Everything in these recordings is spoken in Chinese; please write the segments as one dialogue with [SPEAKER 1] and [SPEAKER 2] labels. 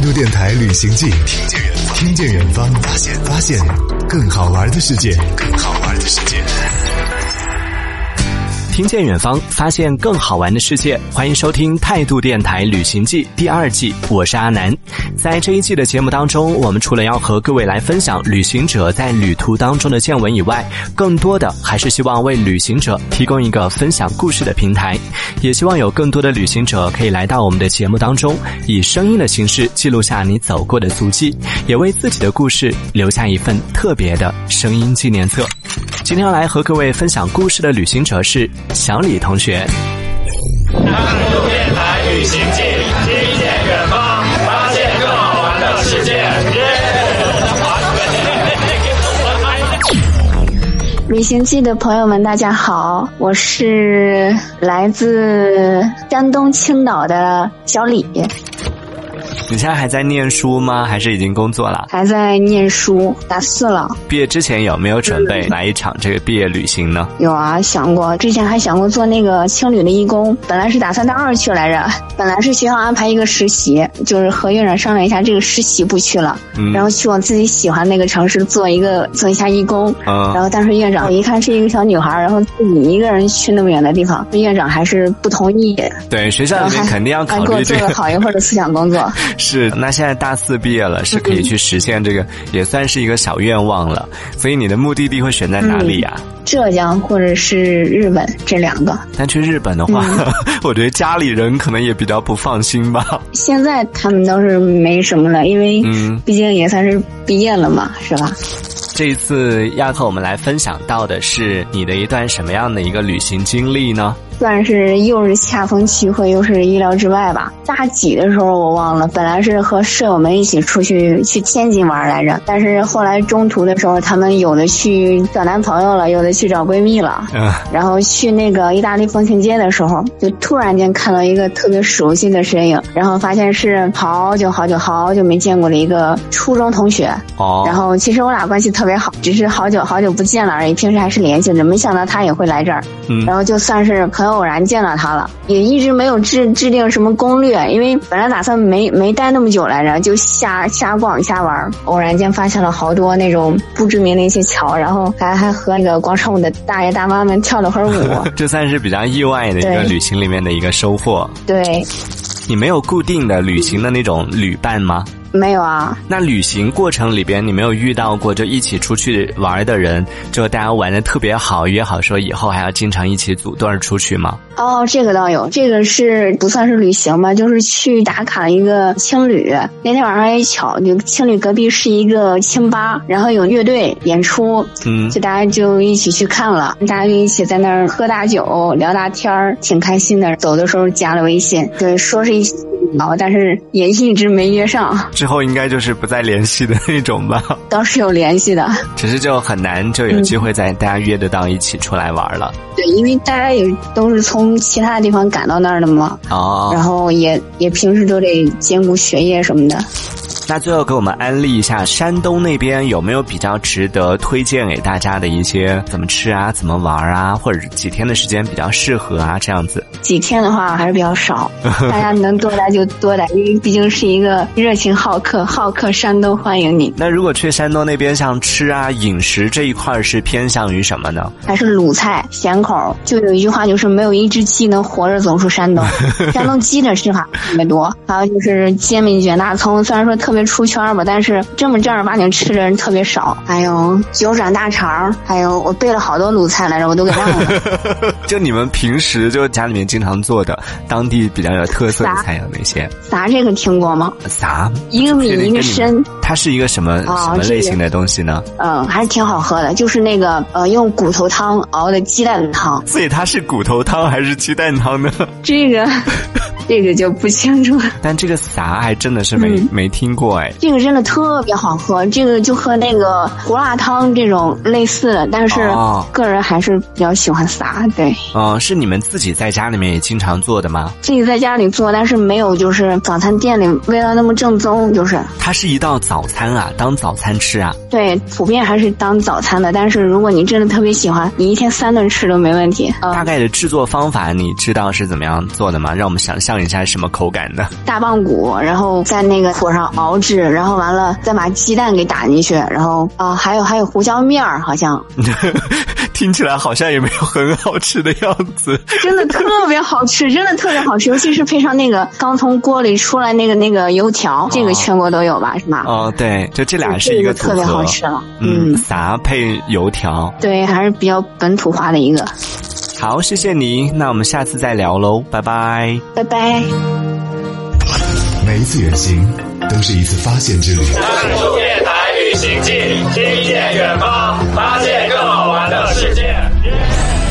[SPEAKER 1] 度电台旅行记，听见远方，听见远方，发现发现更好玩的世界，更好玩的世界。
[SPEAKER 2] 听见远方，发现更好玩的世界。欢迎收听《态度电台旅行记》第二季，我是阿南。在这一季的节目当中，我们除了要和各位来分享旅行者在旅途当中的见闻以外，更多的还是希望为旅行者提供一个分享故事的平台，也希望有更多的旅行者可以来到我们的节目当中，以声音的形式记录下你走过的足迹，也为自己的故事留下一份特别的声音纪念册。今天要来和各位分享故事的旅行者是小李同学。
[SPEAKER 3] 态度电台旅行记，听见远方，发现更好玩的世界。
[SPEAKER 4] 旅行记的朋友们，大家好，我是来自山东青岛的小李，
[SPEAKER 2] 你现在还在念书吗？还是已经工作了？
[SPEAKER 4] 还在念书，大四了。
[SPEAKER 2] 毕业之前有没有准备来一场这个毕业旅行呢？
[SPEAKER 4] 有啊，想过，之前还想过做那个青旅的义工，本来是打算大二去来着，本来是学校安排一个实习，就是和院长商量一下，这个实习不去了，
[SPEAKER 2] 嗯
[SPEAKER 4] 然后去我自己喜欢那个城市做一个做一下义工。
[SPEAKER 2] 嗯
[SPEAKER 4] 然后当时院长一看是一个小女孩，然后自己一个人去那么远的地方，院长还是不同意，
[SPEAKER 2] 对，学校里面肯定要
[SPEAKER 4] 还
[SPEAKER 2] 考
[SPEAKER 4] 给我
[SPEAKER 2] 虑
[SPEAKER 4] 做
[SPEAKER 2] 这
[SPEAKER 4] 了
[SPEAKER 2] 个。
[SPEAKER 4] 好一会儿的思想工作。
[SPEAKER 2] 是，那现在大四毕业
[SPEAKER 4] 嗯
[SPEAKER 2] 了，是可以去实现这个，也算是一个小愿望了。所以你的目的地会选在哪里呀、
[SPEAKER 4] 浙江或者是日本这两个。
[SPEAKER 2] 但去日本的话，
[SPEAKER 4] 嗯
[SPEAKER 2] 我觉得家里人可能也比较不放心吧。
[SPEAKER 4] 现在他们都是没什么了，因为
[SPEAKER 2] 嗯
[SPEAKER 4] 毕竟也算是毕业了嘛，是吧？
[SPEAKER 2] 这一次要和我们来分享到的是你的一段什么样的一个旅行经历呢？
[SPEAKER 4] 算是又是恰逢其会，又是意料之外吧。大几的时候我忘了，本来是和舍友们一起出去去天津玩来着，但是后来中途的时候，他们有的去找男朋友了，有的去找闺蜜了，
[SPEAKER 2] 嗯，
[SPEAKER 4] 然后去那个意大利风情街的时候，就突然间看到一个特别熟悉的身影，然后发现是好久好久好久没见过的一个初中同学。
[SPEAKER 2] 哦，
[SPEAKER 4] 然后其实我俩关系特别好，只是好久好久不见了而已，平时还是联系着。没想到他也会来这儿，
[SPEAKER 2] 嗯。
[SPEAKER 4] 然后就算是很偶然见到他了，也一直没有制制定什么攻略，因为本来打算没没待那么久来着，就瞎瞎逛瞎玩儿。偶然间发现了好多那种不知名的一些桥，然后还还和那个广场舞的大爷大妈们跳了会儿舞
[SPEAKER 2] 这算是比较意外的一个
[SPEAKER 4] 对
[SPEAKER 2] 旅行里面的一个收获。
[SPEAKER 4] 对，
[SPEAKER 2] 你没有固定的旅行的那种旅伴吗？
[SPEAKER 4] 没有啊，
[SPEAKER 2] 那旅行过程里边，你没有遇到过就一起出去玩的人，就大家玩的特别好，约好说以后还要经常一起组队儿出去吗？
[SPEAKER 4] 哦，这个倒有，这个是不算是旅行吧，就是去打卡一个青旅。那天晚上也巧，就青旅隔壁是一个青吧，然后有乐队演出，
[SPEAKER 2] 嗯
[SPEAKER 4] 就大家就一起去看了，大家就一起在那儿喝大酒、聊大天儿，挺开心的。走的时候加了微信，对，说是一起聊，但是也一直没约上，
[SPEAKER 2] 之后应该就是不再联系的那种吧。
[SPEAKER 4] 倒是有联系的。
[SPEAKER 2] 只是就很难就有机会再大家约得到一起出来玩了。
[SPEAKER 4] 对，因为大家也都是从其他地方赶到那儿的嘛，然
[SPEAKER 2] 哦，
[SPEAKER 4] 后也也平时都得兼顾学业什么的。
[SPEAKER 2] 那最后给我们安利一下，山东那边有没有比较值得推荐给大家的一些怎么吃啊、怎么玩啊，或者是几天的时间比较适合啊这样子？
[SPEAKER 4] 几天的话还是比较少，大家能多来就多来，因为毕竟是一个热情好客、好客山东欢迎你。
[SPEAKER 2] 那如果去山东那边，像吃啊、饮食这一块儿是偏向于什么呢？
[SPEAKER 4] 还是鲁菜咸口，就有一句话就是没有一只鸡能活着走出山东。山东鸡的吃法特别多，还有就是煎饼卷大葱，虽然说特别出圈儿吧，但是这么正儿八经吃的人特别少。还有九转大肠，还有我背了好多鲁菜来着，我都给忘了。
[SPEAKER 2] 就你们平时就家里面经常做的，当地比较有特色的菜有哪些？
[SPEAKER 4] 啥这个听过吗？
[SPEAKER 2] 啥？
[SPEAKER 4] 一个米
[SPEAKER 2] 这
[SPEAKER 4] 一个参，
[SPEAKER 2] 它是一个什么、
[SPEAKER 4] 哦
[SPEAKER 2] 什么类型的东西呢？
[SPEAKER 4] 嗯，还是挺好喝的，就是那个呃用骨头汤熬的鸡蛋汤，
[SPEAKER 2] 所以它是骨头汤还是鸡蛋汤呢？
[SPEAKER 4] 这 个这个就不清楚了。
[SPEAKER 2] 但这个啥还真的是没、
[SPEAKER 4] 嗯
[SPEAKER 2] 没听过哎。
[SPEAKER 4] 这个真的特别好喝，这个就和那个胡辣汤这种类似的，但是
[SPEAKER 2] 哦
[SPEAKER 4] 个人还是比较喜欢撒。对，
[SPEAKER 2] 嗯、是你们自己在家里面也经常做的吗？
[SPEAKER 4] 自己在家里做，但是没有就是早餐店里味道那么正宗，就是
[SPEAKER 2] 它是一道早餐啊，当早餐吃啊。
[SPEAKER 4] 对，普遍还是当早餐的。但是如果你真的特别喜欢，你一天三顿吃都没问题。
[SPEAKER 2] 大
[SPEAKER 4] 呃，
[SPEAKER 2] 概的制作方法你知道是怎么样做的吗？让我们想象象一下什么口感呢？
[SPEAKER 4] 大棒骨，然后在那个火上熬制，然后完了再把鸡蛋给打进去，然后啊、还有还有胡椒面儿，好像
[SPEAKER 2] 听起来好像也没有很好吃的样子。
[SPEAKER 4] 真的特别好 吃，真的特别好吃，尤其是配上那个刚从锅里出来那个那个油条，这个全国都有吧，是吧？
[SPEAKER 2] 哦，对，就这俩
[SPEAKER 4] 这
[SPEAKER 2] 是一个组合，
[SPEAKER 4] 特别好吃了，
[SPEAKER 2] 嗯，
[SPEAKER 4] 嗯，
[SPEAKER 2] 撒配油条。
[SPEAKER 4] 对，还是比较本土化的一个，
[SPEAKER 2] 好，谢谢你，那我们下次再聊喽，拜拜。
[SPEAKER 4] 拜拜。
[SPEAKER 1] 每一次远行都是一次发现之旅，
[SPEAKER 3] 探路电台旅行记，听见远方，发现更好玩的世界。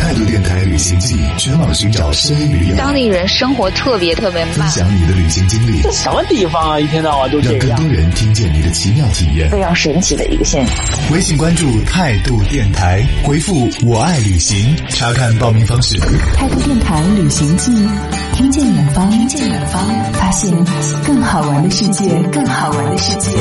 [SPEAKER 1] 态度电台旅行记全网寻找深旅友，
[SPEAKER 5] 当地人生活特别特别
[SPEAKER 1] 分
[SPEAKER 5] 慢。
[SPEAKER 1] 享你的旅行经历，
[SPEAKER 6] 什么地方啊，一天到晚都
[SPEAKER 1] 让
[SPEAKER 6] 这个
[SPEAKER 1] 更
[SPEAKER 6] 样。
[SPEAKER 1] 多人听见你的奇妙体验。
[SPEAKER 7] 非常神奇的一个现象。
[SPEAKER 1] 微信关注态度电台，回复“我爱旅行”，查看报名方式。
[SPEAKER 8] 态度电台旅行记，听见远方，听见远方，发现更好玩的世界，更好玩的世界。